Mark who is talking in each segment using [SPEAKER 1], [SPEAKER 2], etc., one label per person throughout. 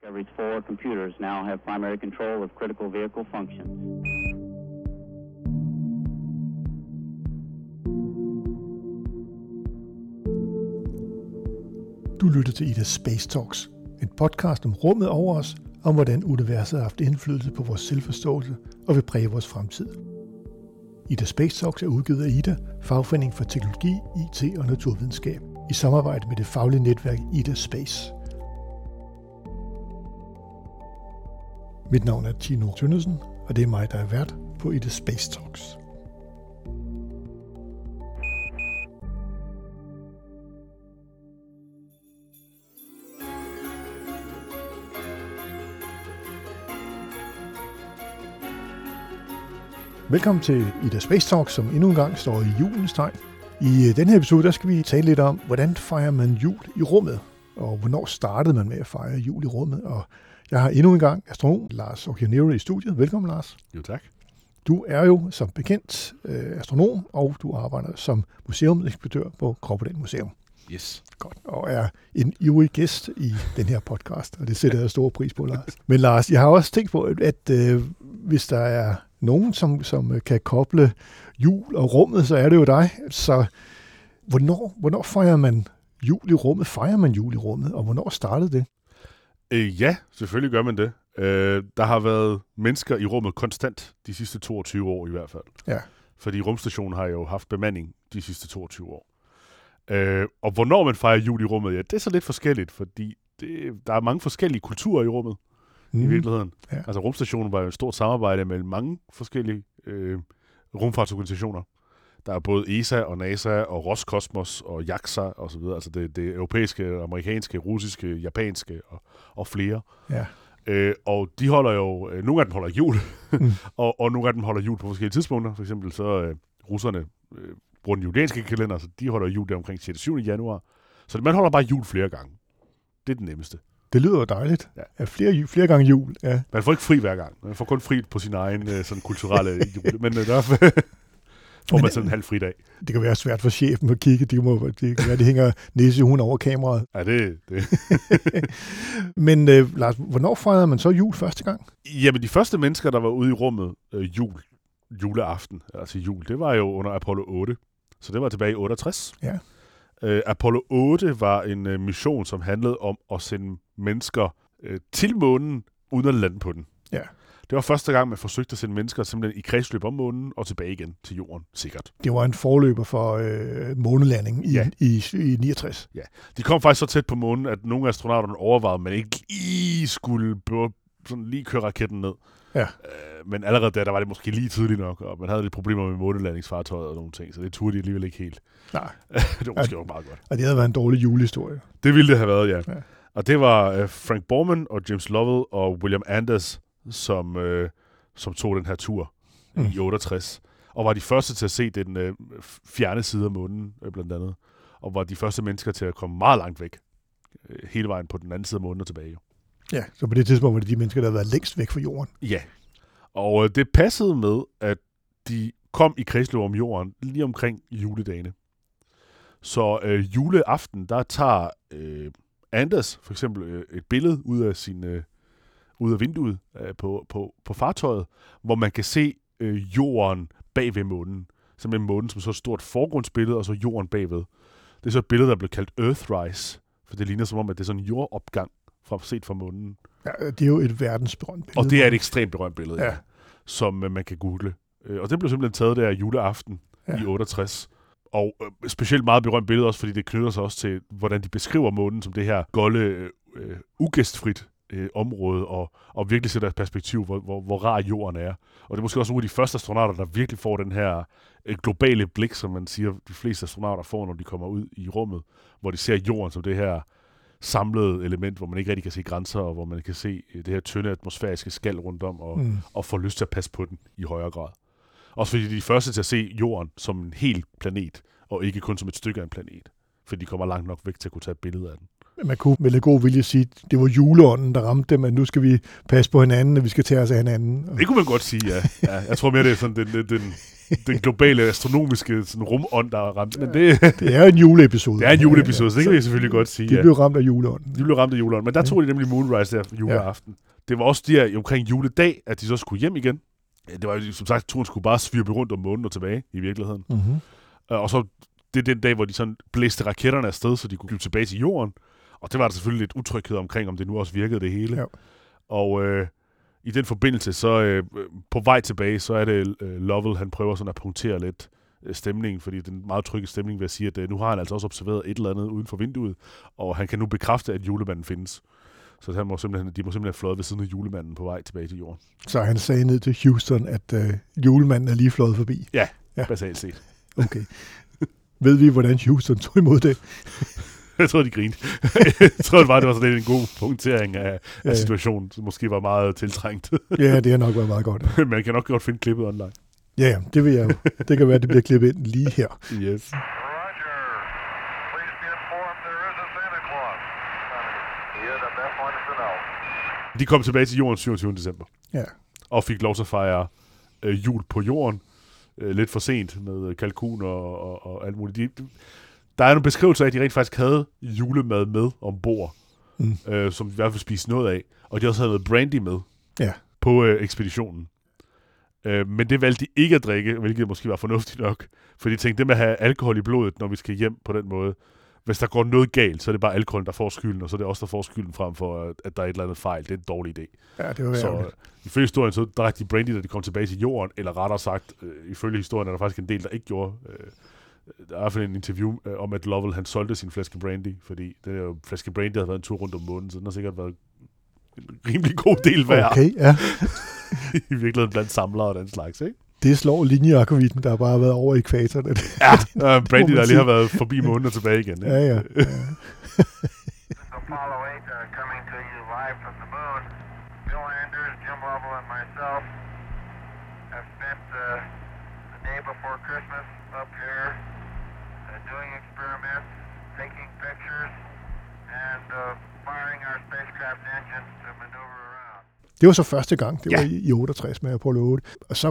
[SPEAKER 1] Discovery's four computers now have primary control of critical vehicle functions.
[SPEAKER 2] Du lytter til Ida Space Talks, en podcast om rummet over os, om hvordan universet har haft indflydelse på vores selvforståelse og vil præge vores fremtid. Ida Space Talks er udgivet af Ida, fagforening for teknologi, IT og naturvidenskab, i samarbejde med det faglige netværk Ida Space. Mit navn er Tino Tønnesen, og det er mig, der er vært på Ida Space Talks. Velkommen til Ida Space Talk, som endnu en gang står i julens tegn. I øh, den her episode der skal vi tale lidt om, hvordan fejrer man jul i rummet, og hvornår startede man med at fejre jul i rummet. Og jeg har endnu en gang astronom Lars O'Keefe i studiet. Velkommen, Lars.
[SPEAKER 3] Jo tak.
[SPEAKER 2] Du er jo som bekendt øh, astronom, og du arbejder som museuminspektør på Kroppedal Museum.
[SPEAKER 3] Yes.
[SPEAKER 2] Godt, og er en ivrig gæst i den her podcast, og det sætter jeg stor pris på, Lars. Men Lars, jeg har også tænkt på, at, at øh, hvis der er nogen, som, som øh, kan koble jul og rummet, så er det jo dig. Så hvornår, hvornår fejrer man jul i rummet? Fejrer man jul i rummet, og hvornår startede det?
[SPEAKER 3] Øh, ja, selvfølgelig gør man det. Øh, der har været mennesker i rummet konstant de sidste 22 år i hvert fald.
[SPEAKER 2] Ja.
[SPEAKER 3] Fordi rumstationen har jo haft bemanding de sidste 22 år. Øh, og hvornår man fejrer jul i rummet, ja, det er så lidt forskelligt, fordi det, der er mange forskellige kulturer i rummet mm. i virkeligheden.
[SPEAKER 2] Mhm. Ja.
[SPEAKER 3] Ja. Altså rumstationen var jo et stort samarbejde mellem mange forskellige øh, rumfartsorganisationer. Der er både ESA og NASA og Roskosmos og JAXA og så videre. Altså det, det europæiske, amerikanske, russiske, japanske og, og flere.
[SPEAKER 2] Ja.
[SPEAKER 3] Øh, og de holder jo, øh, nogle af dem holder jul,
[SPEAKER 2] Mm.
[SPEAKER 3] og, og nogle af dem holder jul på forskellige tidspunkter. For eksempel så øh, russerne øh, bruger den julianske kalender, så de holder jul der omkring 6. 7. januar. Så man holder bare jul flere gange. Det er den nemmeste.
[SPEAKER 2] Det lyder jo dejligt.
[SPEAKER 3] Ja.
[SPEAKER 2] Ja. Flere, ju- flere gange jul. Ja.
[SPEAKER 3] Man får ikke fri hver gang. Man får kun fri på sin egen øh, sådan kulturelle jul. Men øh, der får man sådan en halv fridag.
[SPEAKER 2] Det kan være svært for chefen at kigge. De må, det kan være, de hænger næse hun over kameraet.
[SPEAKER 3] Ja, det, det.
[SPEAKER 2] Men øh, Lars, hvornår fejrede man så jul første gang?
[SPEAKER 3] Jamen, de første mennesker, der var ude i rummet øh, jul, juleaften, altså jul, det var jo under Apollo 8. Så det var tilbage i 68.
[SPEAKER 2] Ja.
[SPEAKER 3] Øh, Apollo 8 var en øh, mission, som handlede om at sende mennesker øh, til månen, uden at lande på den.
[SPEAKER 2] Ja.
[SPEAKER 3] Det var første gang, man forsøgte at sende mennesker simpelthen i kredsløb om månen og tilbage igen til jorden, sikkert.
[SPEAKER 2] Det var en forløber for øh, månelandingen i, ja.
[SPEAKER 3] Ja.
[SPEAKER 2] i, i 69.
[SPEAKER 3] De kom faktisk så tæt på månen, at nogle af astronauterne overvejede, at man ikke lige skulle bør, sådan lige køre raketten ned.
[SPEAKER 2] Ja.
[SPEAKER 3] Øh, men allerede da, der var det måske lige tidligt nok, og man havde lidt problemer med månelandingsfartøjet og nogle ting, så det turde de alligevel ikke helt.
[SPEAKER 2] Nej,
[SPEAKER 3] det var måske ja. meget godt.
[SPEAKER 2] og det havde været en dårlig julehistorie.
[SPEAKER 3] Det ville det have været, ja.
[SPEAKER 2] Ja.
[SPEAKER 3] ja. Og det var øh, Frank Borman og James Lovell og William Anders, som, øh, som tog den her tur
[SPEAKER 2] Mm.
[SPEAKER 3] mm. i 68, og var de første til at se den øh, f- fjerne side af månen, øh, blandt andet, og var de første mennesker til at komme meget langt væk, øh, hele vejen på den anden side af månen og tilbage. Jo.
[SPEAKER 2] Ja, så på det tidspunkt var det de mennesker, der havde været længst væk fra jorden.
[SPEAKER 3] Ja. Og øh, det passede med, at de kom i kredsløb om jorden lige omkring juledagene. Så øh, juleaften, der tager øh, Anders for eksempel øh, et billede ud af sin øh, ud af vinduet øh, på, på, på fartøjet, hvor man kan se øh, jorden bag ved månen. Simpelthen månen som så et stort forgrundsbillede, og så jorden bagved. Det er så et billede, der blev kaldt Earthrise, for det ligner som om, at det er sådan en jordopgang fra, set fra månen.
[SPEAKER 2] Ja, Øh, det er jo et verdensberømt billede.
[SPEAKER 3] Og det er et ekstremt berømt billede, ja.
[SPEAKER 2] Ja.
[SPEAKER 3] ja som øh, man kan google. Øh, og det blev simpelthen taget der juleaften
[SPEAKER 2] Ja.
[SPEAKER 3] ja. i 68. Og øh, specielt meget berømt billede også, fordi det knytter sig også til, hvordan de beskriver månen som det her golde, øh, øh, ugæstfrit øh, område, og, og virkelig sætter et perspektiv, hvor, hvor, hvor rar jorden er. Og det er måske også nogle af de første astronauter, der virkelig får den her øh, globale blik, som man siger, de fleste astronauter får, når de kommer ud i rummet, hvor de ser jorden som det her samlede element, hvor man ikke rigtig kan se grænser, og hvor man kan se øh, det her tynde atmosfæriske skal rundt om, og,
[SPEAKER 2] Mm.
[SPEAKER 3] og får lyst til at passe på den i højere grad. Også fordi de er de første til at se jorden som en hel planet, og ikke kun som et stykke af en planet. Fordi de kommer langt nok væk til at kunne tage et billede af den.
[SPEAKER 2] Man kunne med lidt god vilje sige, at det var juleånden, der ramte dem, at nu skal vi passe på hinanden, og vi skal tage os af hinanden. Og
[SPEAKER 3] Det kunne man godt sige, ja. ja jeg tror mere, det er sådan den, den, den, den globale astronomiske sådan rumånd, der er ramt. Men det,
[SPEAKER 2] det er en juleepisode.
[SPEAKER 3] det er en juleepisode, så det kan vi
[SPEAKER 2] vi
[SPEAKER 3] selvfølgelig godt sige.
[SPEAKER 2] De
[SPEAKER 3] ja.
[SPEAKER 2] blev ramt af juleånden.
[SPEAKER 3] De blev ramt af juleånden, men der tog de nemlig Moonrise der juleaften. Det var også der omkring juledag, at de så skulle hjem igen. Ja, Det var jo som sagt, turen skulle bare svirpe rundt om månen og tilbage i virkeligheden.
[SPEAKER 2] Mm-hmm.
[SPEAKER 3] Øh, Og så det er den dag, hvor de sådan blæste raketterne afsted, så de kunne blive tilbage til jorden. Og det var der selvfølgelig lidt utryghed omkring, om det nu også virkede det hele.
[SPEAKER 2] Ja.
[SPEAKER 3] Og øh, i den forbindelse, så øh, på vej tilbage, så er det øh, Lovell, han prøver sådan at punktere lidt øh, stemningen, fordi den meget trygge stemning vil jeg sige, at øh, nu har han altså også observeret et eller andet uden for vinduet, og han kan nu bekræfte, at julemanden findes. Så han må simpelthen, de må simpelthen have fløjet ved siden af julemanden på vej tilbage til jorden.
[SPEAKER 2] Så han sagde ned til Houston, at øh, julemanden er lige fløjet forbi.
[SPEAKER 3] Ja, ja.
[SPEAKER 2] Ja.
[SPEAKER 3] basalt set.
[SPEAKER 2] Okay. Ved vi, hvordan Houston tog imod det?
[SPEAKER 3] Jeg tror, de grinte. jeg tror bare, det var sådan lidt en god punktering af,
[SPEAKER 2] Ja, ja.
[SPEAKER 3] af situationen, som måske var meget tiltrængt.
[SPEAKER 2] Ja, det har nok været meget godt.
[SPEAKER 3] Man kan nok godt finde klippet online.
[SPEAKER 2] Ja, ja, det vil jeg jo. Det kan være, at det bliver klippet ind lige her.
[SPEAKER 3] Yes.
[SPEAKER 4] Roger. Please be informed there is a Santa Claus. Yeah, the best one to know.
[SPEAKER 3] De kom tilbage til jorden 27. december.
[SPEAKER 2] Ja.
[SPEAKER 3] og fik lov til at fejre øh, jul på jorden øh, lidt for sent med øh, kalkun og, og, og alt muligt. De, de- der er nogle beskrivelser af, at de rent faktisk havde julemad med ombord,
[SPEAKER 2] Mm.
[SPEAKER 3] øh, som de i hvert fald spiste noget af, og de også havde noget brandy med
[SPEAKER 2] Ja.
[SPEAKER 3] på øh, ekspeditionen. Øh, men det valgte de ikke at drikke, hvilket måske var fornuftigt nok, for de tænkte, det med at have alkohol i blodet, når vi skal hjem på den måde, hvis der går noget galt, så er det bare alkoholen, der får skylden, og så er det også der får skylden frem for, at- at der er et eller andet fejl. Det er en dårlig idé.
[SPEAKER 2] Ja, det var
[SPEAKER 3] Så øh,
[SPEAKER 2] ærgerligt.
[SPEAKER 3] ifølge historien, så drak de brandy, da de kom tilbage til jorden, eller rettere sagt, øh, ifølge historien er der faktisk en del, der ikke gjorde. Øh, der er i hvert fald en interview øh, om, at Lovell han solgte sin flaske brandy, fordi den her flaske brandy havde været en tur rundt om månen, så den har sikkert været en rimelig god del værd okay.
[SPEAKER 2] Okay, ja.
[SPEAKER 3] i virkeligheden blandt samlere og den slags, ikke?
[SPEAKER 2] Det slår linjeakvavitten, der har bare været over ekvator.
[SPEAKER 3] Ja, øh, brandy,
[SPEAKER 2] man
[SPEAKER 3] der lige
[SPEAKER 2] sige.
[SPEAKER 3] har været forbi månen og tilbage igen. Ikke?
[SPEAKER 2] Ja, ja.
[SPEAKER 4] Apollo 8 uh, coming to you live from the moon. Bill Anders, Jim Lovell, and myself have spent uh, the day before Christmas up here uh, doing experiments, taking pictures, and uh, firing our spacecraft engines to maneuver around.
[SPEAKER 2] Det var så første gang, det
[SPEAKER 3] Ja.
[SPEAKER 2] var i i 68 med Apollo 8. Og så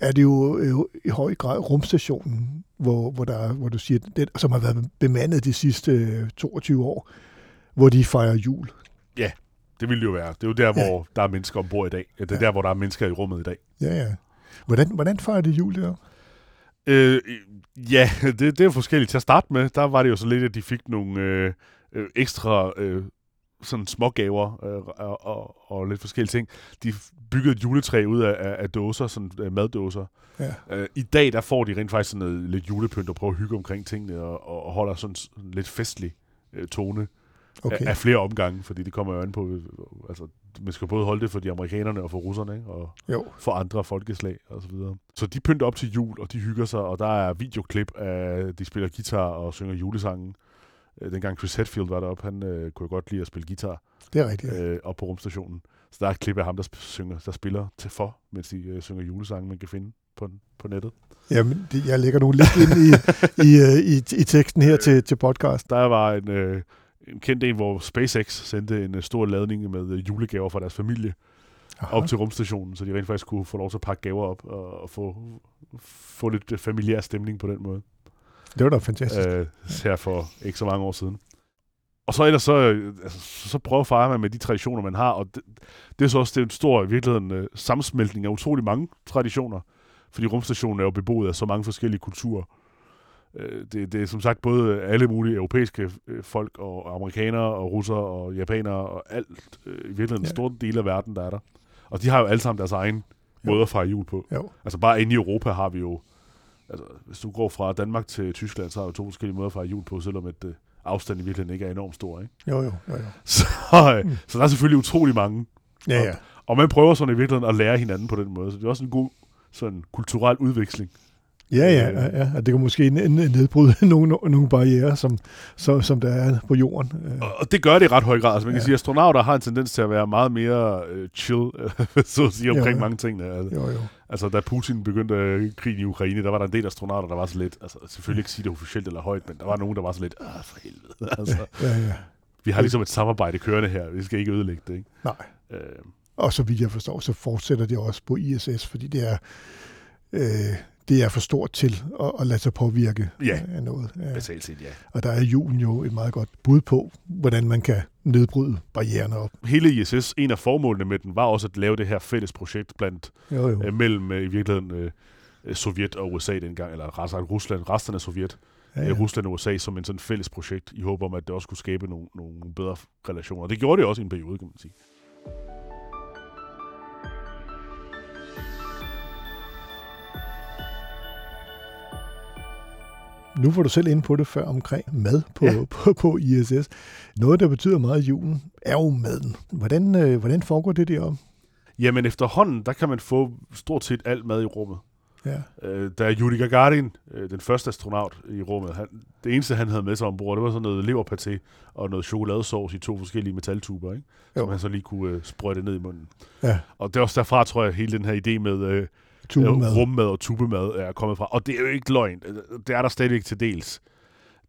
[SPEAKER 2] er det jo øh, i høj grad rumstationen, hvor, hvor, der, er- hvor du siger, den, som har været bemandet de sidste øh, 22 år, hvor de fejrer jul.
[SPEAKER 3] ja, det ville det jo være. Det er jo der, hvor der er mennesker ombord i dag. Det er der, hvor der er mennesker i rummet i dag.
[SPEAKER 2] Ja, ja. Hvordan, hvordan fejrer de jul der?
[SPEAKER 3] Øh, ja, det, det er jo forskelligt. Til at starte med, der var det jo så lidt, at de fik nogle øh, øh, ekstra øh, sådan smågaver øh, og, og, og lidt forskellige ting. De f- byggede et juletræ ud af, af, af dåser, sådan øh, maddåser.
[SPEAKER 2] Ja.
[SPEAKER 3] Øh, I dag, der får de rent faktisk sådan noget, lidt julepynt og prøver at hygge omkring tingene og, og, og holder sådan s- lidt festlig øh, tone okay. af,
[SPEAKER 2] Okay.
[SPEAKER 3] af flere omgange, fordi det kommer jo an på, øh, altså man skal både holde det for de amerikanerne og for russerne, ikke? og
[SPEAKER 2] Jo.
[SPEAKER 3] for andre folkeslag og så videre. Så de pynter op til jul, og de hygger sig, og der er videoklip af, de spiller guitar og synger julesangen. Øh, Dengang Chris Hetfield var deroppe, han øh, kunne jo godt lide at spille guitar
[SPEAKER 2] Det er rigtigt.
[SPEAKER 3] øh, op på rumstationen. Så der er et klip af ham, der, sp- synger, der spiller til for, mens de øh, synger julesangen, man kan finde på, på nettet.
[SPEAKER 2] Jamen, det, jeg lægger nogle link ind i, i, øh, i, i teksten her til, til podcast.
[SPEAKER 3] Der var en, øh, en kendt en, hvor SpaceX sendte en øh, stor ladning med øh, julegaver fra deres familie
[SPEAKER 2] Aha.
[SPEAKER 3] op til rumstationen, så de rent faktisk kunne få lov til at pakke gaver op og, og få, få lidt øh, familiær stemning på den måde.
[SPEAKER 2] Det var da fantastisk.
[SPEAKER 3] øh, her for ikke så mange år siden. Og så ellers så, øh, altså, så så prøver fejrer man med de traditioner, man har, og det, det er så også det er en stor i virkeligheden øh, sammensmeltning af utrolig mange traditioner, fordi rumstationen er jo beboet af så mange forskellige kulturer. Øh, det, det er som sagt både alle mulige europæiske øh, folk, og amerikanere, og russere, og japanere, og alt, øh, i virkeligheden ja.
[SPEAKER 2] Ja.
[SPEAKER 3] store dele af verden, der er der. Og de har jo alle sammen deres egen
[SPEAKER 2] Jo.
[SPEAKER 3] måde at fejre jul på.
[SPEAKER 2] Jo.
[SPEAKER 3] Altså bare inde i Europa har vi jo, altså hvis du går fra Danmark til Tyskland, så har vi to forskellige måder at fejre jul på, selvom at øh, afstanden i virkeligheden ikke er enormt stor, ikke?
[SPEAKER 2] Jo, jo, jo, jo.
[SPEAKER 3] Så, øh, mm. så der er selvfølgelig utrolig mange.
[SPEAKER 2] Ja, ja.
[SPEAKER 3] Og man prøver sådan i virkeligheden at lære hinanden på den måde, så det er også en god sådan kulturel udveksling.
[SPEAKER 2] Ja, ja,
[SPEAKER 3] Øh.
[SPEAKER 2] ja, ja. Og det kan måske n- n- nedbryde nogle, nogle barriere, som, så, som der er på jorden. Øh,
[SPEAKER 3] Og, og det gør det i ret høj grad. Altså man kan ja. sige, at astronauter har en tendens til at være meget mere øh, chill, så at sige, omkring ja.
[SPEAKER 2] Ja.
[SPEAKER 3] mange ting. Altså.
[SPEAKER 2] Jo, jo.
[SPEAKER 3] Altså, da Putin begyndte øh, krigen i Ukraine, der var der en del astronauter, der var så lidt, altså selvfølgelig ikke sige det officielt eller højt, men der var nogen, der var så lidt, ah, for helvede, altså.
[SPEAKER 2] Ja, ja.
[SPEAKER 3] Vi har ligesom et samarbejde kørende her. Vi skal ikke ødelægge det, ikke?
[SPEAKER 2] Nej.
[SPEAKER 3] Øh,
[SPEAKER 2] Og så vidt jeg forstår, så fortsætter det også på ISS, fordi det er, øh, det er for stort til at, at lade sig påvirke
[SPEAKER 3] Ja. Altså-
[SPEAKER 2] af noget. Ja.
[SPEAKER 3] basalt set, ja.
[SPEAKER 2] Og der er julen jo et meget godt bud på, hvordan man kan nedbryde barriererne op.
[SPEAKER 3] Hele ISS, en af formålene med den, var også at lave det her fælles projekt blandt,
[SPEAKER 2] Jo, jo.
[SPEAKER 3] øh, mellem øh, i virkeligheden øh, øh, Sovjet og USA dengang, eller rettere sagt Rusland, resten af Sovjet,
[SPEAKER 2] Ja,
[SPEAKER 3] ja,
[SPEAKER 2] ja.
[SPEAKER 3] ja. Rusland og USA som en sådan fælles projekt, i håb om, at det også kunne skabe nogle, nogle bedre relationer. Og det gjorde det også i en periode, kan man sige.
[SPEAKER 2] Nu var du selv inde på det før omkring mad på, ja.
[SPEAKER 3] Ja.
[SPEAKER 2] på, på ISS. Noget, der betyder meget i julen, er jo maden. Hvordan, øh, hvordan foregår det derom?
[SPEAKER 3] Jamen efterhånden, der kan man få stort set alt mad i rummet.
[SPEAKER 2] Ja.
[SPEAKER 3] Øh, da Yuri Gagarin, øh, den første astronaut i rummet, han, det eneste, han havde med sig ombord, det var sådan noget leverpaté og noget chokoladesauce i to forskellige metaltuber, ikke?
[SPEAKER 2] Jo.
[SPEAKER 3] som han så lige kunne øh, sprøjte ned i munden.
[SPEAKER 2] Ja.
[SPEAKER 3] Og det er også derfra, tror jeg, hele den her idé med øh,
[SPEAKER 2] Tunemad.
[SPEAKER 3] Øh, rummad og tubemad er kommet fra. Og det er jo ikke løgn. Øh, Det er der stadigvæk til dels.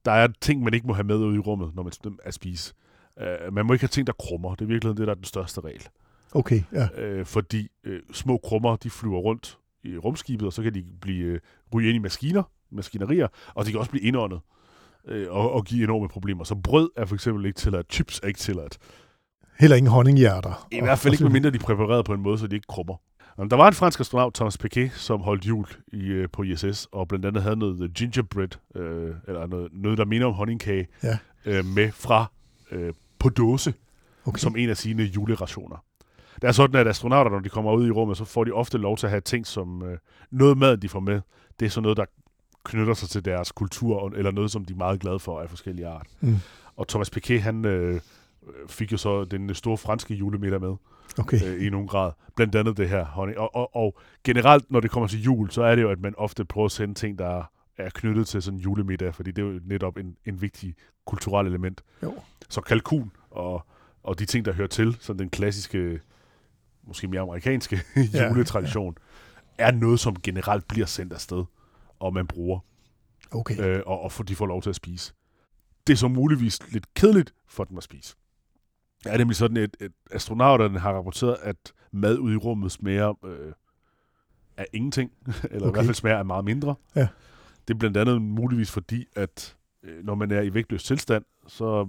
[SPEAKER 3] Der er ting, man ikke må have med ud i rummet, når man sp- at spise. Uh, man må ikke have ting, der krummer. Det er virkelig det, der er den største regel.
[SPEAKER 2] Okay, ja.
[SPEAKER 3] Uh, fordi uh, små krummer, de flyver rundt i rumskibet, og så kan de blive uh, ryge ind i maskiner, maskinerier, og de kan også blive indåndet uh, og, og give enorme problemer. Så brød er for eksempel ikke tilladt, chips er ikke tilladt.
[SPEAKER 2] Heller ingen honninghjerter.
[SPEAKER 3] I
[SPEAKER 2] Og-
[SPEAKER 3] hvert fald
[SPEAKER 2] og
[SPEAKER 3] ikke,
[SPEAKER 2] så-
[SPEAKER 3] medmindre de er præpareret på en måde, så de ikke krummer. Jamen, Der var en fransk astronaut, Thomas Piquet, som holdt jul i, øh, på ISS, og blandt andet havde noget øh, gingerbread, øh, eller noget, noget, der minder om honningkage,
[SPEAKER 2] Ja.
[SPEAKER 3] øh, med fra øh, på dåse,
[SPEAKER 2] Okay.
[SPEAKER 3] som en af sine julerationer. Det er sådan, at astronauter, når de kommer ud i rummet, så får de ofte lov til at have ting som øh, noget mad, de får med. Det er sådan noget, der knytter sig til deres kultur, eller noget, som de er meget glade for af forskellige art.
[SPEAKER 2] Mm.
[SPEAKER 3] Og Thomas Piquet, han øh, fik jo så den store franske julemiddag med
[SPEAKER 2] Okay.
[SPEAKER 3] øh, i nogen grad. Blandt andet det her honning. Og, og, og generelt, når det kommer til jul, så er det jo, at man ofte prøver at sende ting, der er knyttet til sådan en julemiddag, fordi det er jo netop en, en vigtig kulturel element.
[SPEAKER 2] Jo.
[SPEAKER 3] Så kalkun og, og de ting, der hører til, sådan den klassiske, måske mere amerikanske
[SPEAKER 2] Ja,
[SPEAKER 3] juletradition, ja, er noget, som generelt bliver sendt afsted, og man bruger,
[SPEAKER 2] Okay.
[SPEAKER 3] øh, og, og for, de får lov til at spise. Det er så muligvis lidt kedeligt for dem at spise. Det er nemlig sådan, at, at astronauterne har rapporteret, at mad ude i rummet smager øh, af ingenting, eller okay. i
[SPEAKER 2] Okay.
[SPEAKER 3] hvert fald smager af meget mindre.
[SPEAKER 2] Ja.
[SPEAKER 3] Det er blandt andet muligvis fordi, at øh, når man er i vægtløs tilstand, så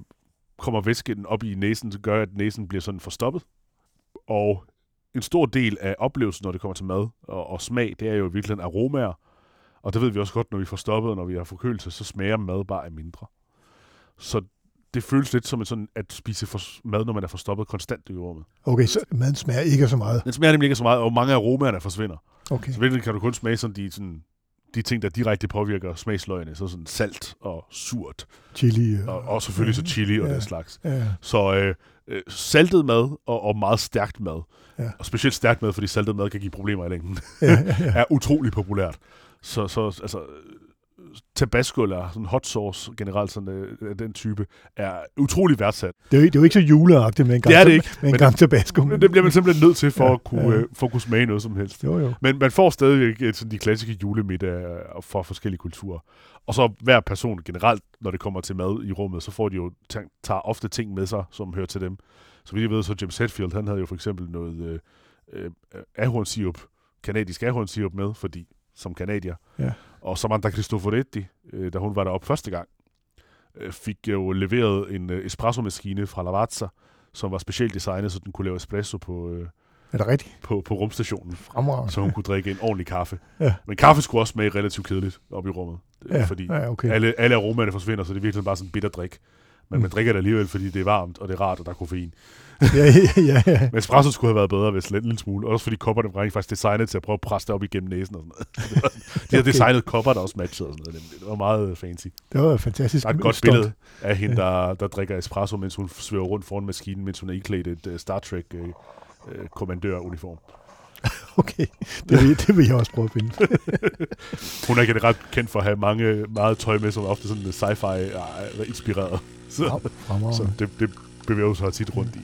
[SPEAKER 3] kommer væsken op i næsen, så gør, at næsen bliver sådan forstoppet. Og en stor del af oplevelsen, når det kommer til mad og, og smag, det er jo i virkeligheden aromaer. Og det ved vi også godt, når vi får stoppet, og når vi har forkølelse, så smager mad bare af mindre. Så det føles lidt som en sådan, at spise for, mad, når man er forstoppet konstant i rummet.
[SPEAKER 2] Okay, så maden smager ikke af så meget.
[SPEAKER 3] Den smager nemlig ikke af så meget, og mange af aromaerne forsvinder.
[SPEAKER 2] Okay.
[SPEAKER 3] Så virkelig kan du kun smage sådan de, sådan, de ting, der direkte påvirker smagsløgene, så sådan salt og surt,
[SPEAKER 2] Chili.
[SPEAKER 3] og, og selvfølgelig så chili og
[SPEAKER 2] Mhm. Ja.
[SPEAKER 3] den slags.
[SPEAKER 2] Ja,
[SPEAKER 3] Så øh, øh, saltet mad og, og meget stærkt mad,
[SPEAKER 2] Ja.
[SPEAKER 3] og specielt stærkt mad, fordi saltet mad kan give problemer i længden,
[SPEAKER 2] ja, ja, ja.
[SPEAKER 3] er utrolig populært. Så, så altså, øh, tabasco eller sådan hot sauce generelt, sådan øh, af den type, er utrolig værdsat.
[SPEAKER 2] Det, er jo, det er jo ikke så juleagtigt med en gang,
[SPEAKER 3] Det er det ikke,
[SPEAKER 2] Med en
[SPEAKER 3] men-
[SPEAKER 2] gang tabasco.
[SPEAKER 3] Men det bliver man simpelthen nødt til for,
[SPEAKER 2] Ja,
[SPEAKER 3] ja, at kunne,
[SPEAKER 2] ja.
[SPEAKER 3] øh, for at kunne smage noget som helst.
[SPEAKER 2] Jo, jo.
[SPEAKER 3] Men man får stadigvæk øh, sådan de klassiske julemiddage fra forskellige kulturer. Og så hver person generelt, når det kommer til mad i rummet, så får de jo ta- tager ofte ting med sig, som hører til dem. Så vidt jeg ved, så James Hetfield, han havde jo for eksempel noget øh, øh, ahornsirup, kanadisk ahornsirup med, fordi som kanadier.
[SPEAKER 2] Ja.
[SPEAKER 3] Og Samantha Cristoforetti, øh, da hun var deroppe første gang, øh, fik jo leveret en øh, espresso-maskine fra Lavazza, som var specielt designet, så den kunne lave espresso på, øh,
[SPEAKER 2] Er det rigtigt?
[SPEAKER 3] på, på rumstationen
[SPEAKER 2] Fremragende.
[SPEAKER 3] så hun kunne drikke en ordentlig kaffe.
[SPEAKER 2] Ja.
[SPEAKER 3] Men kaffe skulle også smage relativt kedeligt op i rummet,
[SPEAKER 2] ja,
[SPEAKER 3] ja. fordi
[SPEAKER 2] ja, okay. Mm.
[SPEAKER 3] ja. alle, alle aromaerne forsvinder, så det er virkelig bare sådan en bitter drik. Men man drikker det alligevel, fordi det er varmt, og det er rart, og der er koffein.
[SPEAKER 2] ja, ja, ja, ja.
[SPEAKER 3] Men espresso skulle have været bedre, hvis lidt en lille smule. Også fordi kopperne var rent faktisk designet til at prøve at presse det op igennem næsen og sådan noget. De havde
[SPEAKER 2] Okay.
[SPEAKER 3] designet kopper, der også matchede og sådan noget. nemlig. Det var meget øh, fancy.
[SPEAKER 2] Det var et fantastisk.
[SPEAKER 3] Der er et godt
[SPEAKER 2] stunt.
[SPEAKER 3] billede af hende, der, der drikker espresso, mens hun svæver rundt foran maskinen, mens hun er iklædt et øh, Star Trek øh, øh, kommandøruniform.
[SPEAKER 2] Okay, det vil, det vil jeg også prøve at finde.
[SPEAKER 3] Hun er generelt kendt for at have mange, meget tøj med, som er ofte sådan lidt sci-fi øh, inspireret. Så, så
[SPEAKER 2] Fremragende.
[SPEAKER 3] det, det bevæger hun sig tit rundt i.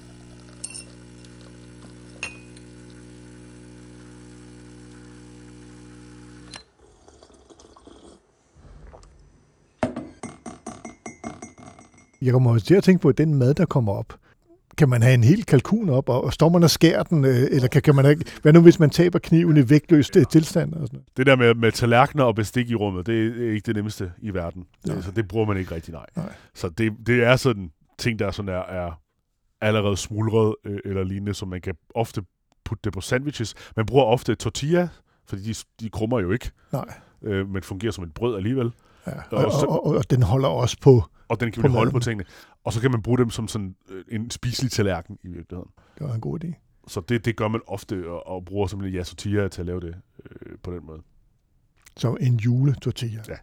[SPEAKER 2] Jeg kommer også til at tænke på, at den mad, der kommer op, kan man have en hel kalkun op, og og står man og skærer den, øh, eller kan, kan man ikke... Hvad nu, hvis man taber kniven i vægtløs øh, tilstand? Og sådan noget?
[SPEAKER 3] Det der med, med tallerkener og bestik i rummet, det er ikke det nemmeste i verden. Ja. Så det bruger man ikke rigtig, nej.
[SPEAKER 2] Nej.
[SPEAKER 3] Så det, det er sådan ting, der sådan er, er allerede smuldret øh, eller lignende, som man kan ofte putte det på sandwiches. Man bruger ofte tortilla, fordi de, de krummer jo ikke,
[SPEAKER 2] Nej.
[SPEAKER 3] øh, men fungerer som et brød alligevel.
[SPEAKER 2] Ja. Og,
[SPEAKER 3] Og så-
[SPEAKER 2] og, og, og, den holder også på...
[SPEAKER 3] Og den kan
[SPEAKER 2] På
[SPEAKER 3] man holde på
[SPEAKER 2] maden.
[SPEAKER 3] tingene. Og så kan man bruge dem som sådan øh, en spiselig tallerken i virkeligheden.
[SPEAKER 2] Det var en god idé.
[SPEAKER 3] Så det, det gør man ofte, og, og bruger simpelthen ja, tortilla til at lave det øh, på den måde.
[SPEAKER 2] Så en juletortilla.
[SPEAKER 3] Ja.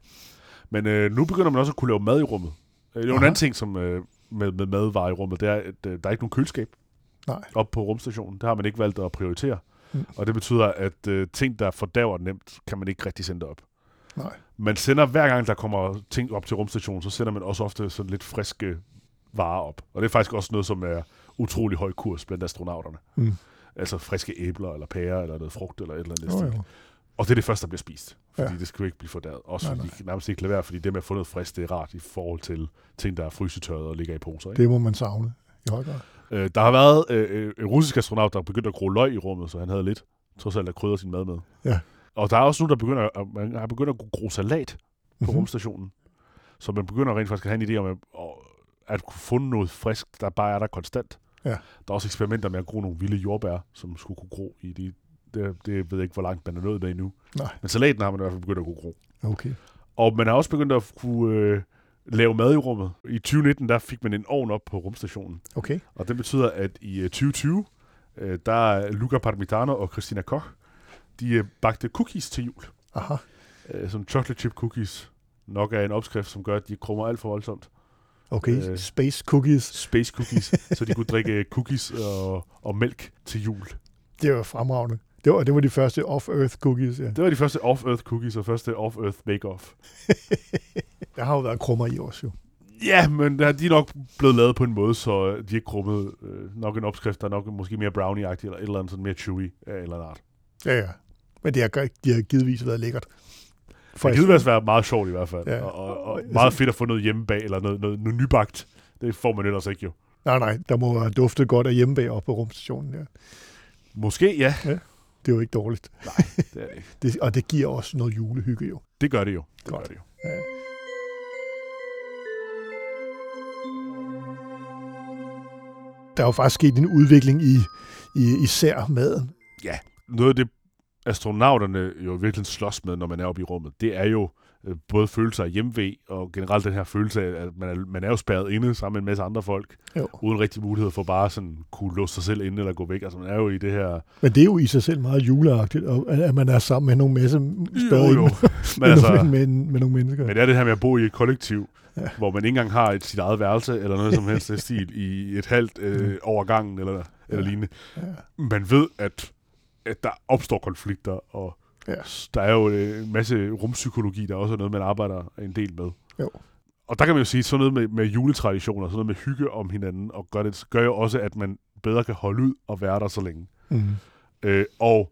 [SPEAKER 3] Men øh, nu begynder man også at kunne lave mad i rummet. Øh, Det er jo en
[SPEAKER 2] Aha.
[SPEAKER 3] anden ting som øh, med, med madvarer i rummet, det er, at øh, der er ikke nogen køleskab
[SPEAKER 2] Nej.
[SPEAKER 3] op på rumstationen. Det har man ikke valgt at prioritere.
[SPEAKER 2] Mm.
[SPEAKER 3] Mm. Og det betyder, at øh, ting, der fordaver nemt, kan man ikke rigtig sende op.
[SPEAKER 2] Nej.
[SPEAKER 3] Man sender hver gang, der kommer ting op til rumstationen, så sender man også ofte sådan lidt friske varer op. Og det er faktisk også noget, som er utrolig høj kurs blandt astronauterne.
[SPEAKER 2] Mm.
[SPEAKER 3] Altså friske æbler, eller pærer, eller noget frugt, eller et eller andet. i den
[SPEAKER 2] Jo,
[SPEAKER 3] stil.
[SPEAKER 2] jo.
[SPEAKER 3] Og det er det første, der bliver spist. Fordi
[SPEAKER 2] Ja.
[SPEAKER 3] ja. det skal jo ikke blive fordæret. Også
[SPEAKER 2] Nej,
[SPEAKER 3] nej, fordi de nærmest ikke kan lade være, fordi det med at få noget frisk, det er rart i forhold til ting, der er frysetørret og ligger i poser. Ikke?
[SPEAKER 2] Det må man savne. I høj grad.
[SPEAKER 3] Øh, der har været øh, øh, en russisk astronaut, der begyndte at gro løg i rummet, så han havde lidt trods alt at krydre sin mad med.
[SPEAKER 2] Ja.
[SPEAKER 3] Og der er også nogen, der begynder, at, man har begyndt at kunne gro salat på
[SPEAKER 2] Mhm.
[SPEAKER 3] rumstationen. Så man begynder rent faktisk at have en idé om at, og- at kunne funde noget frisk, der bare er der konstant.
[SPEAKER 2] Ja.
[SPEAKER 3] Der er også eksperimenter med at gro nogle vilde jordbær, som skulle kunne gro i de... Det, det ved jeg ikke, hvor langt man er nået med endnu.
[SPEAKER 2] Nej.
[SPEAKER 3] Men salaten har man i hvert fald begyndt at kunne gro.
[SPEAKER 2] Okay.
[SPEAKER 3] Og man har også begyndt at kunne øh, lave mad i rummet. I 2019, der fik man en ovn op på rumstationen.
[SPEAKER 2] Okay.
[SPEAKER 3] Og det betyder, at i øh, 2020, øh, der er Luca Parmitano og Christina Koch, de øh, bagte cookies til jul.
[SPEAKER 2] Aha.
[SPEAKER 3] Øh, som chocolate chip cookies nok er en opskrift, som gør, at de krummer alt for voldsomt.
[SPEAKER 2] Okay.
[SPEAKER 3] Øh.
[SPEAKER 2] Space cookies.
[SPEAKER 3] Space cookies, så de kunne drikke øh, cookies og, og mælk til jul.
[SPEAKER 2] Det var fremragende. Det var, det var de første off-earth cookies, ja.
[SPEAKER 3] Det var de første off-earth cookies og første off-earth make-off.
[SPEAKER 2] Der har jo været krummer i også jo.
[SPEAKER 3] Ja, men der- de er nok blevet lavet på en måde, så øh, de er krummet øh, nok en opskrift, der er nok måske mere brownie-agtig, eller et eller andet sådan mere chewy af en eller en art.
[SPEAKER 2] Ja, ja. Men det har, gør- de har givetvis været lækkert.
[SPEAKER 3] For det kan være meget sjovt i hvert fald,
[SPEAKER 2] Ja.
[SPEAKER 3] ja. og, og, og meget fedt at få noget hjemme bag, eller noget, noget, noget nybagt. Det får man ellers ikke jo.
[SPEAKER 2] Nej, nej, der må have duftet godt af hjemmebag op på rumstationen. Ja.
[SPEAKER 3] Måske ja,
[SPEAKER 2] Det er jo ikke dårligt.
[SPEAKER 3] det, er det, ikke.
[SPEAKER 2] Det, og det giver også noget julehygge jo.
[SPEAKER 3] det gør det jo. Det
[SPEAKER 2] Godt.
[SPEAKER 3] gør det jo.
[SPEAKER 2] Der er jo faktisk sket en udvikling i, i især maden.
[SPEAKER 3] Noget af det, astronauterne jo virkelig slås med, når man er oppe i rummet, det er jo øh, både følelser af hjemvej, og generelt den her følelse af, at man er, man er jo spærret inde sammen med en masse andre folk,
[SPEAKER 2] Jo.
[SPEAKER 3] uden rigtig mulighed for bare sådan kunne låse sig selv inde eller gå væk. Altså man er jo i det her
[SPEAKER 2] Men det er jo i sig selv meget juleagtigt, og at at man er sammen med nogle masse stadig
[SPEAKER 3] Jo, jo.
[SPEAKER 2] Med,
[SPEAKER 3] Men, altså,
[SPEAKER 2] nogle, med, med, nogle mennesker.
[SPEAKER 3] men det er det her med at bo i et kollektiv,
[SPEAKER 2] Ja.
[SPEAKER 3] ja. hvor man ikke engang har et, sit eget værelse eller noget som helst af stil i et halvt øh, over gangen eller, eller
[SPEAKER 2] Ja.
[SPEAKER 3] lignende.
[SPEAKER 2] Ja.
[SPEAKER 3] Man ved, at, at der opstår konflikter, og
[SPEAKER 2] Ja.
[SPEAKER 3] ja. der er jo øh, en masse rumpsykologi, der også er noget, man arbejder en del med.
[SPEAKER 2] Jo.
[SPEAKER 3] Og der kan man jo sige, sådan noget med, med juletraditioner, sådan noget med hygge om hinanden, og gør, det, gør jo også, at man bedre kan holde ud og være der så længe.
[SPEAKER 2] Mm.
[SPEAKER 3] Øh, og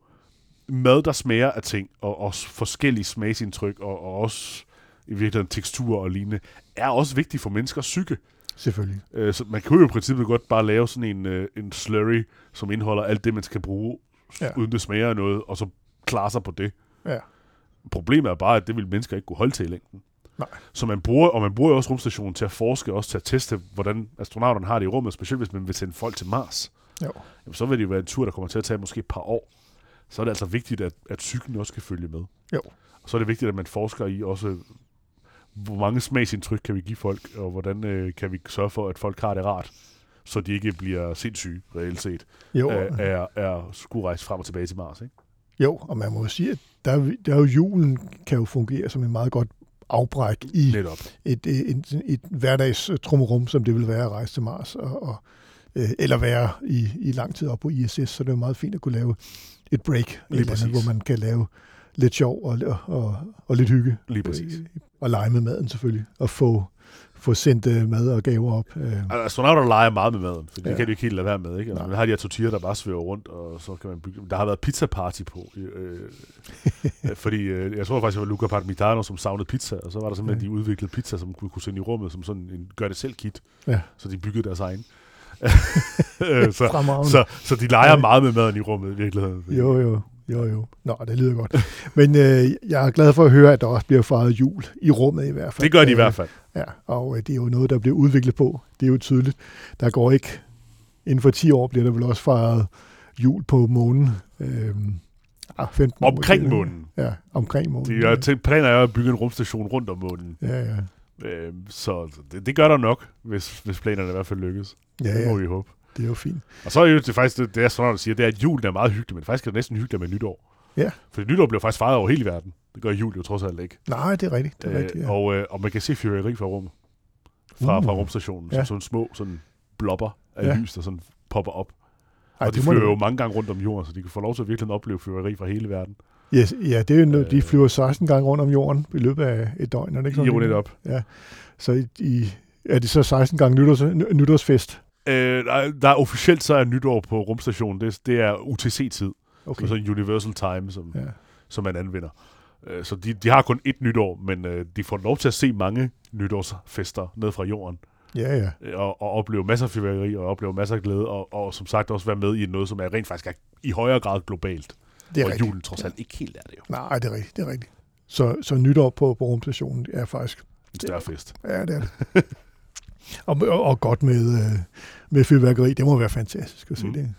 [SPEAKER 3] mad, der smager af ting, og også forskellige smagsindtryk, og, og også i virkeligheden teksturer og lignende, er også vigtigt for menneskers psyke.
[SPEAKER 2] Selvfølgelig.
[SPEAKER 3] Øh, så man kan jo i princippet godt bare lave sådan en, øh, en slurry, som indeholder alt det, man skal bruge,
[SPEAKER 2] Ja.
[SPEAKER 3] ja. uden det smager af noget, og så klare sig på det.
[SPEAKER 2] Ja.
[SPEAKER 3] Problemet er bare, at det vil mennesker ikke kunne holde til i længden.
[SPEAKER 2] Nej.
[SPEAKER 3] Så man bruger, og man bruger jo også rumstationen til at forske, og også til at teste, hvordan astronauterne har det i rummet, specielt hvis man vil sende folk til Mars
[SPEAKER 2] Jo.
[SPEAKER 3] jamen, så vil det jo være en tur, der kommer til at tage måske et par år. Så er det altså vigtigt, at, at cyklen også kan følge med.
[SPEAKER 2] Jo.
[SPEAKER 3] Og så er det vigtigt, at man forsker i også, hvor mange smagsindtryk kan vi give folk, og hvordan øh, kan vi sørge for, at folk har det rart, så de ikke bliver sindssyge, reelt set, øh,
[SPEAKER 2] Jo.
[SPEAKER 3] af, af, af at skulle rejse frem og tilbage til Mars. Ikke?
[SPEAKER 2] Jo, og man må jo sige, at der, er- der er jo julen kan jo fungere som en meget godt afbræk i
[SPEAKER 3] Netop.
[SPEAKER 2] et, øh, en, sådan et hverdags øh, trummerum, som det vil være at rejse til Mars, og, og, øh, eller være i, i lang tid op på ISS, så det er jo meget fint at kunne lave et break, et eller andet,
[SPEAKER 3] præcis.
[SPEAKER 2] hvor man kan lave lidt sjov og, og, og, og lidt hygge.
[SPEAKER 3] Lige præcis.
[SPEAKER 2] Øh, Og lege med maden selvfølgelig, og få, få sendt øh, mad og gaver op. Øh.
[SPEAKER 3] Altså, astronauter leger meget med maden, for det
[SPEAKER 2] Ja.
[SPEAKER 3] kan de ikke helt lade være med. Ikke? Altså, man har de her tortiller, der bare svæver rundt, og så kan man bygge dem. Der har været pizza party på, øh, øh, fordi øh, jeg tror faktisk, det var Luca Parmitano, som savnede pizza, og så var der simpelthen, de udviklede pizza, som kunne, kunne sende i rummet, som sådan en gør-det-selv-kit,
[SPEAKER 2] Ja.
[SPEAKER 3] så de byggede deres egen. Øh, så,
[SPEAKER 2] Fremragende.
[SPEAKER 3] så, så de leger meget med maden i rummet i virkeligheden.
[SPEAKER 2] Jo, jo. Jo, jo. Nå, det lyder godt. Men øh, jeg er glad for at høre, at der også bliver fejret jul i rummet i hvert fald.
[SPEAKER 3] Det gør de i
[SPEAKER 2] Øh,
[SPEAKER 3] hvert fald.
[SPEAKER 2] Ja, og øh, det er jo noget, der bliver udviklet på. Det er jo tydeligt. Der går ikke... Inden for 10 år bliver der vel også fejret jul på månen. Øh, ah, 15 år
[SPEAKER 3] Omkring
[SPEAKER 2] måske.
[SPEAKER 3] månen.
[SPEAKER 2] Ja, omkring månen.
[SPEAKER 3] De har tænkt, planer er at bygge en rumstation rundt om månen.
[SPEAKER 2] ja, ja.
[SPEAKER 3] Øh, så det, det gør der nok, hvis, hvis planerne i hvert fald lykkes.
[SPEAKER 2] Ja,
[SPEAKER 3] Det må
[SPEAKER 2] ja,
[SPEAKER 3] vi håbe.
[SPEAKER 2] det er jo fint.
[SPEAKER 3] Og så er det jo- det er faktisk det, det er sådan, at siger, det er, at julen er meget hyggelig, men faktisk er det næsten hyggeligere med nytår.
[SPEAKER 2] Ja.
[SPEAKER 3] For nytår bliver faktisk fejret over hele verden. Det gør jul jo trods alt ikke.
[SPEAKER 2] Nej, det er rigtigt. Det er rigtigt, ja.
[SPEAKER 3] og, øh, og man kan se fyrværkeri fra rummet. Fra,
[SPEAKER 2] Uh.
[SPEAKER 3] fra rumstationen.
[SPEAKER 2] Ja.
[SPEAKER 3] Ja. Sådan små sådan blopper af
[SPEAKER 2] Ja.
[SPEAKER 3] ja. lys, der sådan popper op.
[SPEAKER 2] Ej,
[SPEAKER 3] og de
[SPEAKER 2] det må
[SPEAKER 3] flyver
[SPEAKER 2] det-
[SPEAKER 3] jo mange gange rundt om jorden, så de kan få lov til at virkelig opleve fyrværkeri fra hele verden.
[SPEAKER 2] Yes, ja, det er jo noget, de
[SPEAKER 3] Øh.
[SPEAKER 2] flyver 16 gange rundt om jorden i løbet af et døgn. Er det ikke sådan?
[SPEAKER 3] Jo, netop.
[SPEAKER 2] Så i, i, er det så 16 gange nytårs, ny- nytårsfest?
[SPEAKER 3] Øh, der, der er officielt så er nytår på rumstationen. Det, det er UTC-tid.
[SPEAKER 2] Okay.
[SPEAKER 3] Okay. Sådan Universal Time, som,
[SPEAKER 2] Ja.
[SPEAKER 3] ja. som man anvender. Øh, Så de, de har kun ét nytår, men øh, de får lov til at se mange nytårsfester ned fra jorden,
[SPEAKER 2] Ja, ja.
[SPEAKER 3] øh, og, og opleve masser af fyrværkeri, og opleve masser af glæde, og, og som sagt også være med i noget, som er rent faktisk er i højere grad globalt.
[SPEAKER 2] Det er
[SPEAKER 3] og
[SPEAKER 2] rigtigt.
[SPEAKER 3] julen trods alt ikke helt er det jo.
[SPEAKER 2] Nej, det er rigtigt. Det er rigtigt. Så, så nytår på, på rumstationen er faktisk...
[SPEAKER 3] En større fest.
[SPEAKER 2] Ja, det er det. og, og, og godt med, øh, med fyrværkeri. Det må være fantastisk at se mm.
[SPEAKER 3] Mm.
[SPEAKER 2] det.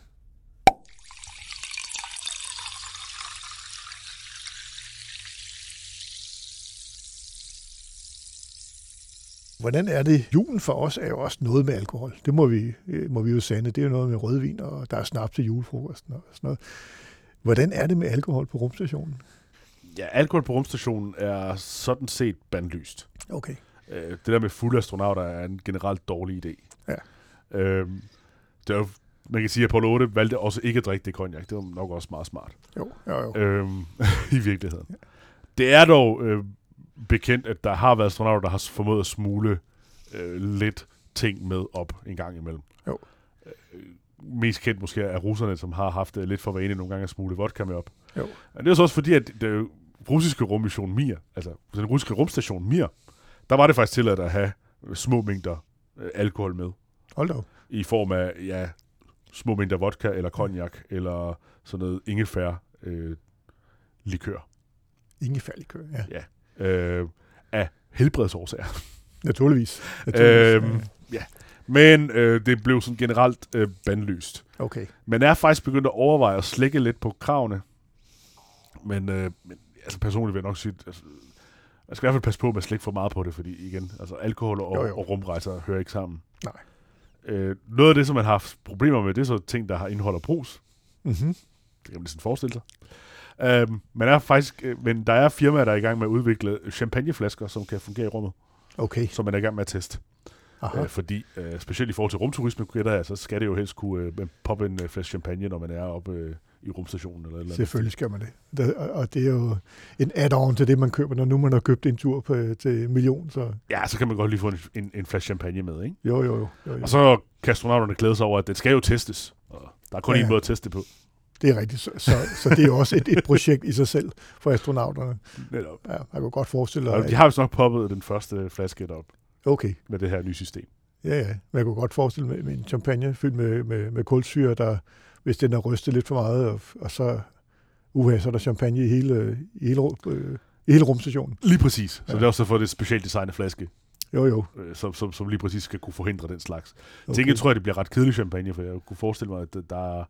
[SPEAKER 2] Hvordan er det? Julen for os er jo også noget med alkohol. Det må vi, øh, må vi jo sande. Det er jo noget med rødvin, og der er snaps til julefrokosten og sådan noget. Hvordan er det med alkohol på rumstationen?
[SPEAKER 3] Ja, alkohol på rumstationen er sådan set bandlyst.
[SPEAKER 2] Okay.
[SPEAKER 3] Øh, det der med fulde astronauter er en generelt dårlig idé.
[SPEAKER 2] Ja.
[SPEAKER 3] Øhm, det er jo, man kan sige, at Apollo 8 valgte også ikke at drikke det konjak. Det var nok også meget smart.
[SPEAKER 2] Jo, jo, jo.
[SPEAKER 3] øhm, i virkeligheden. Det er dog øh, bekendt, at der har været astronauter, der har formået at smule øh, lidt ting med op en gang imellem.
[SPEAKER 2] Jo.
[SPEAKER 3] Øh, mest kendt måske er russerne, som har haft øh, lidt for vane nogle gange at smule vodka med op.
[SPEAKER 2] jo.
[SPEAKER 3] Men det er jo så også fordi, at den russiske rummission Mir, altså den russiske rumstation Mir, der var det faktisk tilladt at have øh, små mængder øh, alkohol med
[SPEAKER 2] Hold da op.
[SPEAKER 3] i form af ja, små mængder vodka eller cognac eller sådan noget ingefær øh, likør
[SPEAKER 2] Ingen fald i kø, ja.
[SPEAKER 3] øh, af helbredsårsager.
[SPEAKER 2] Naturligvis. Naturligvis.
[SPEAKER 3] Øhm, ja. Men øh, det blev sådan generelt øh, bandlyst.
[SPEAKER 2] ja. Okay.
[SPEAKER 3] Man er faktisk begyndt at overveje at slække lidt på kravene. Men, øh, men altså personligt vil jeg nok sige, at, altså, man skal i hvert fald passe på med at slække for meget på det, fordi igen, altså alkohol og,
[SPEAKER 2] Jo, jo.
[SPEAKER 3] og rumrejser hører ikke sammen.
[SPEAKER 2] Nej.
[SPEAKER 3] Øh, noget af det, som man har haft problemer med, det er så ting, der har indeholder brus. Mhm.
[SPEAKER 2] Mm-hmm.
[SPEAKER 3] Det kan man næsten forestille sig. Øhm, man er faktisk, øh, men der er firmaer, der er i gang med at udvikle champagneflasker, som kan fungere i rummet,
[SPEAKER 2] Okay.
[SPEAKER 3] som man er i gang med at teste.
[SPEAKER 2] Aha.
[SPEAKER 3] Øh, fordi, øh, specielt i forhold til rumturisme, gætter jeg, så skal det jo helst kunne øh, poppe en øh, flaske champagne, når man er oppe øh, i rumstationen. Eller et eller andet.
[SPEAKER 2] Selvfølgelig skal man det. Der- og- Og det er jo en add-on til det, man køber, når nu man har købt en tur på, til en million. Så
[SPEAKER 3] Ja, så kan man godt lige få en, en, en flaske champagne med, ikke?
[SPEAKER 2] jo, jo, jo. jo, jo.
[SPEAKER 3] Og så kan astronauterne glæde sig over, at den skal jo testes. Og der er kun
[SPEAKER 2] Ja,
[SPEAKER 3] én
[SPEAKER 2] ja.
[SPEAKER 3] måde at teste det på.
[SPEAKER 2] Det er rigtigt. Så, så, så det er jo også et, et projekt i sig selv for astronauterne.
[SPEAKER 3] Netop.
[SPEAKER 2] Ja, man kan godt forestille
[SPEAKER 3] Og de
[SPEAKER 2] sig,
[SPEAKER 3] har vist nok poppet den første flaske op
[SPEAKER 2] at, okay,
[SPEAKER 3] med det her nye system.
[SPEAKER 2] ja, ja. Man kan godt forestille med, med en champagne fyldt med, med, med kulsyre, der, hvis den er rystet lidt for meget, og, og så, uha, så er der champagne i hele, i hele, rum- øh, i hele rumstationen.
[SPEAKER 3] Lige præcis. Så
[SPEAKER 2] Ja.
[SPEAKER 3] det er også for det specielt designet flaske.
[SPEAKER 2] Jo, jo.
[SPEAKER 3] øh, som, som, som lige præcis skal kunne forhindre den slags. Okay.
[SPEAKER 2] Okay.
[SPEAKER 3] Til gengæld tror jeg, det bliver ret kedelig champagne, for jeg kunne forestille mig, at der- der er-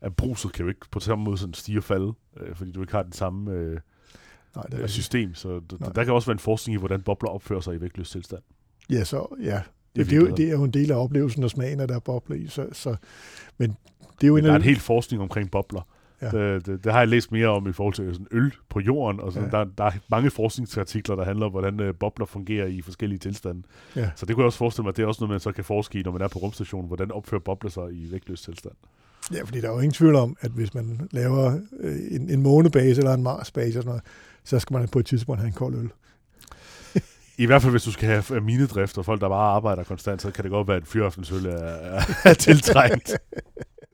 [SPEAKER 3] at bruset kan jo ikke på samme måde sådan stige og falde, øh, fordi du ikke har den samme øh,
[SPEAKER 2] Nej, det er
[SPEAKER 3] øh,
[SPEAKER 2] rigtigt.
[SPEAKER 3] system. Så d-
[SPEAKER 2] Nej.
[SPEAKER 3] d- der kan også være en forskning i, hvordan bobler opfører sig i vægtløs tilstand.
[SPEAKER 2] Ja, så ja.
[SPEAKER 3] Det er
[SPEAKER 2] Det, det, er jo,
[SPEAKER 3] virkelig.
[SPEAKER 2] det er jo en del af oplevelsen og smagen, at der er bobler i. Så, så, men det er jo
[SPEAKER 3] Men
[SPEAKER 2] en
[SPEAKER 3] der er
[SPEAKER 2] af
[SPEAKER 3] en hel forskning omkring bobler.
[SPEAKER 2] Ja.
[SPEAKER 3] Ja. Det, det, det har jeg læst mere om i forhold til sådan øl på jorden, og sådan,
[SPEAKER 2] Ja.
[SPEAKER 3] ja. der, der er mange forskningsartikler, der handler om, hvordan øh, bobler fungerer i forskellige tilstande.
[SPEAKER 2] Ja.
[SPEAKER 3] Så det kunne jeg også forestille mig, at det er også noget, man så kan forske i, når man er på rumstationen, hvordan opfører bobler sig i vægtløs tilstand.
[SPEAKER 2] Ja, fordi der er jo ingen tvivl om, at hvis man laver øh, en, en månebase eller en marsbase, og sådan noget, så skal man på et tidspunkt have en kold øl.
[SPEAKER 3] I hvert fald, hvis du skal have øh, minedrift og folk, der bare arbejder konstant, så kan det godt være, at fyraftensøl er, er tiltrængt.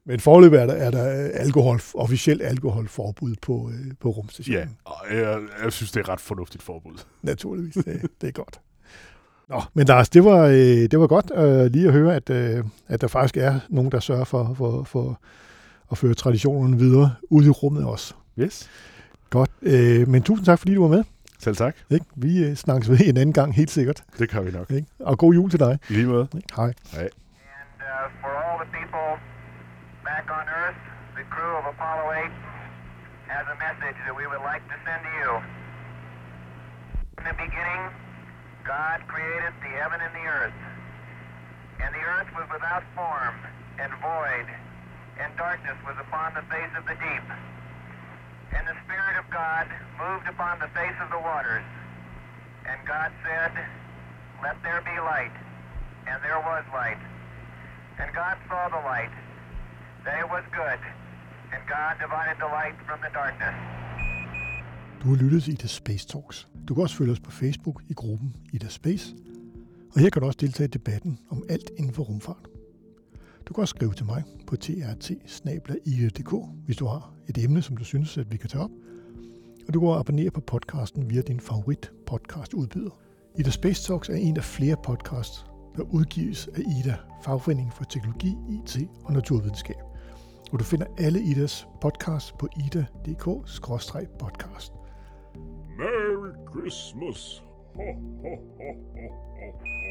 [SPEAKER 2] Men forløbig er der, er der øh, alkohol, officielt alkoholforbud på, øh, på rumstationen.
[SPEAKER 3] ja, og jeg, jeg synes, det er et ret fornuftigt forbud.
[SPEAKER 2] Naturligvis, det, det er godt. Nå, men Lars, det var, øh, det var godt øh, lige at høre, at, øh, at der faktisk er nogen, der sørger for, for, for at føre traditionen videre ud i rummet også.
[SPEAKER 3] Yes.
[SPEAKER 2] Godt, øh, men tusind tak, fordi du var med.
[SPEAKER 3] Selv tak.
[SPEAKER 2] Ikke? Vi øh, snakkes ved en anden gang, helt sikkert.
[SPEAKER 3] Det kan vi nok.
[SPEAKER 2] Ikke? Og god jul til dig.
[SPEAKER 3] I lige måde.
[SPEAKER 2] Ikke? Hej.
[SPEAKER 3] Hej.
[SPEAKER 4] And uh, for all the people back on Earth, the crew of Apollo 8 has a message that we would like to send to you. In the beginning, God created the heaven and the earth. And the earth was without form and void, and darkness was upon the face of the deep. And the Spirit of God moved upon the face of the waters. And God said, Let there be light. And there was light. And God saw the light, that it was good, and God divided the light from the darkness.
[SPEAKER 2] Du har lyttet til Ida Space Talks. Du kan også følge os på Facebook i gruppen Ida Space, og her kan du også deltage i debatten om alt inden for rumfart. Du kan også skrive til mig på trt hvis du har et emne, som du synes, at vi kan tage op. Og du kan også abonnere på podcasten via din favorit podcast udbyder. Ida Space Talks er en af flere podcasts, der udgives af Ida, fagforeningen for teknologi, IT og naturvidenskab. Og du finder alle Idas podcasts på ida.dk-podcast.
[SPEAKER 5] Merry Christmas! Ho, ho, ho, ho, ho, ho.